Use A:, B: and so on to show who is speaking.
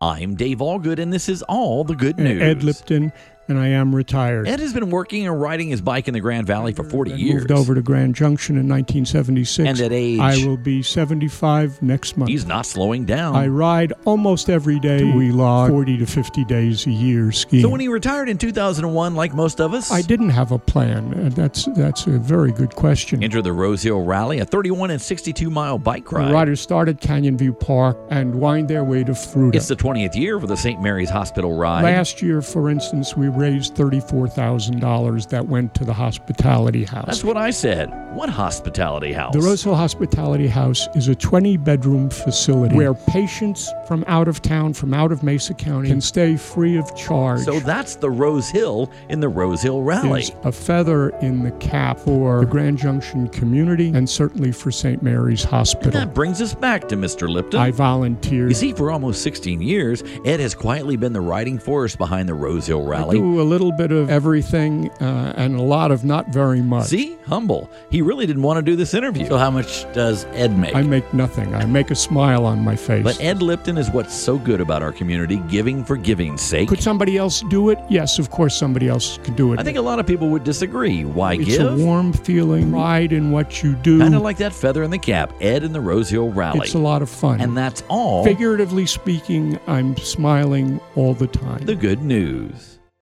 A: I'm Dave Allgood, and this is all the good news.
B: Ed Lipton, and I am retired.
A: Ed has been working and riding his bike in the Grand Valley for 40
B: Then
A: years.
B: Moved over to Grand Junction in 1976.
A: And at age?
B: I will be 75 next month.
A: He's not slowing down.
B: I ride almost every day. We log 40 to 50 days a year skiing.
A: so when he retired in 2001, like most of us,
B: I didn't have a plan. Uh, That's that's a very good question.
A: entered the Rose Hill Rally, a 31 and 62 mile bike
B: The
A: ride.
B: riders start at Canyon View Park and wind their way to Fruta.
A: It's the 20th year for the St. Mary's Hospital ride.
B: Last year, for instance, we raised $34,000 that went to the hospitality house.
A: That's what I said. What hospitality house?
B: The Rose Hill Hospitality House is a 20 bedroom facility where patients from out of town, from out of Mesa County, can stay free of charge.
A: So that's the Rose Hill in the Rose Hill Rally.
B: Is a feather in the cap for the Grand Junction community and certainly for St. Mary's
A: And
B: Hospital.
A: that brings us back to Mr. Lipton.
B: I volunteered.
A: you see, for almost 16 years, Ed has quietly been the riding force behind the Rose Hill
B: I
A: Rally.
B: do a little bit of everything uh, and a lot of not very much.
A: See, humble. He really didn't want to do this interview.
C: So, how much does Ed make?
B: I make nothing. I make a smile on my face.
A: But Ed Lipton is what's so good about our community, giving for giving's sake.
B: Could somebody else do it? Yes, of course somebody else could do it.
A: I think a lot of people would disagree. Why
B: it's a
A: give?
B: warm feeling, pride in what you do.
A: Kind of like that feather in the cap, Ed and the Rose Hill Rally.
B: It's a lot of fun.
A: and that's all
B: Figuratively speaking, I'm smiling all the time.
A: the good news.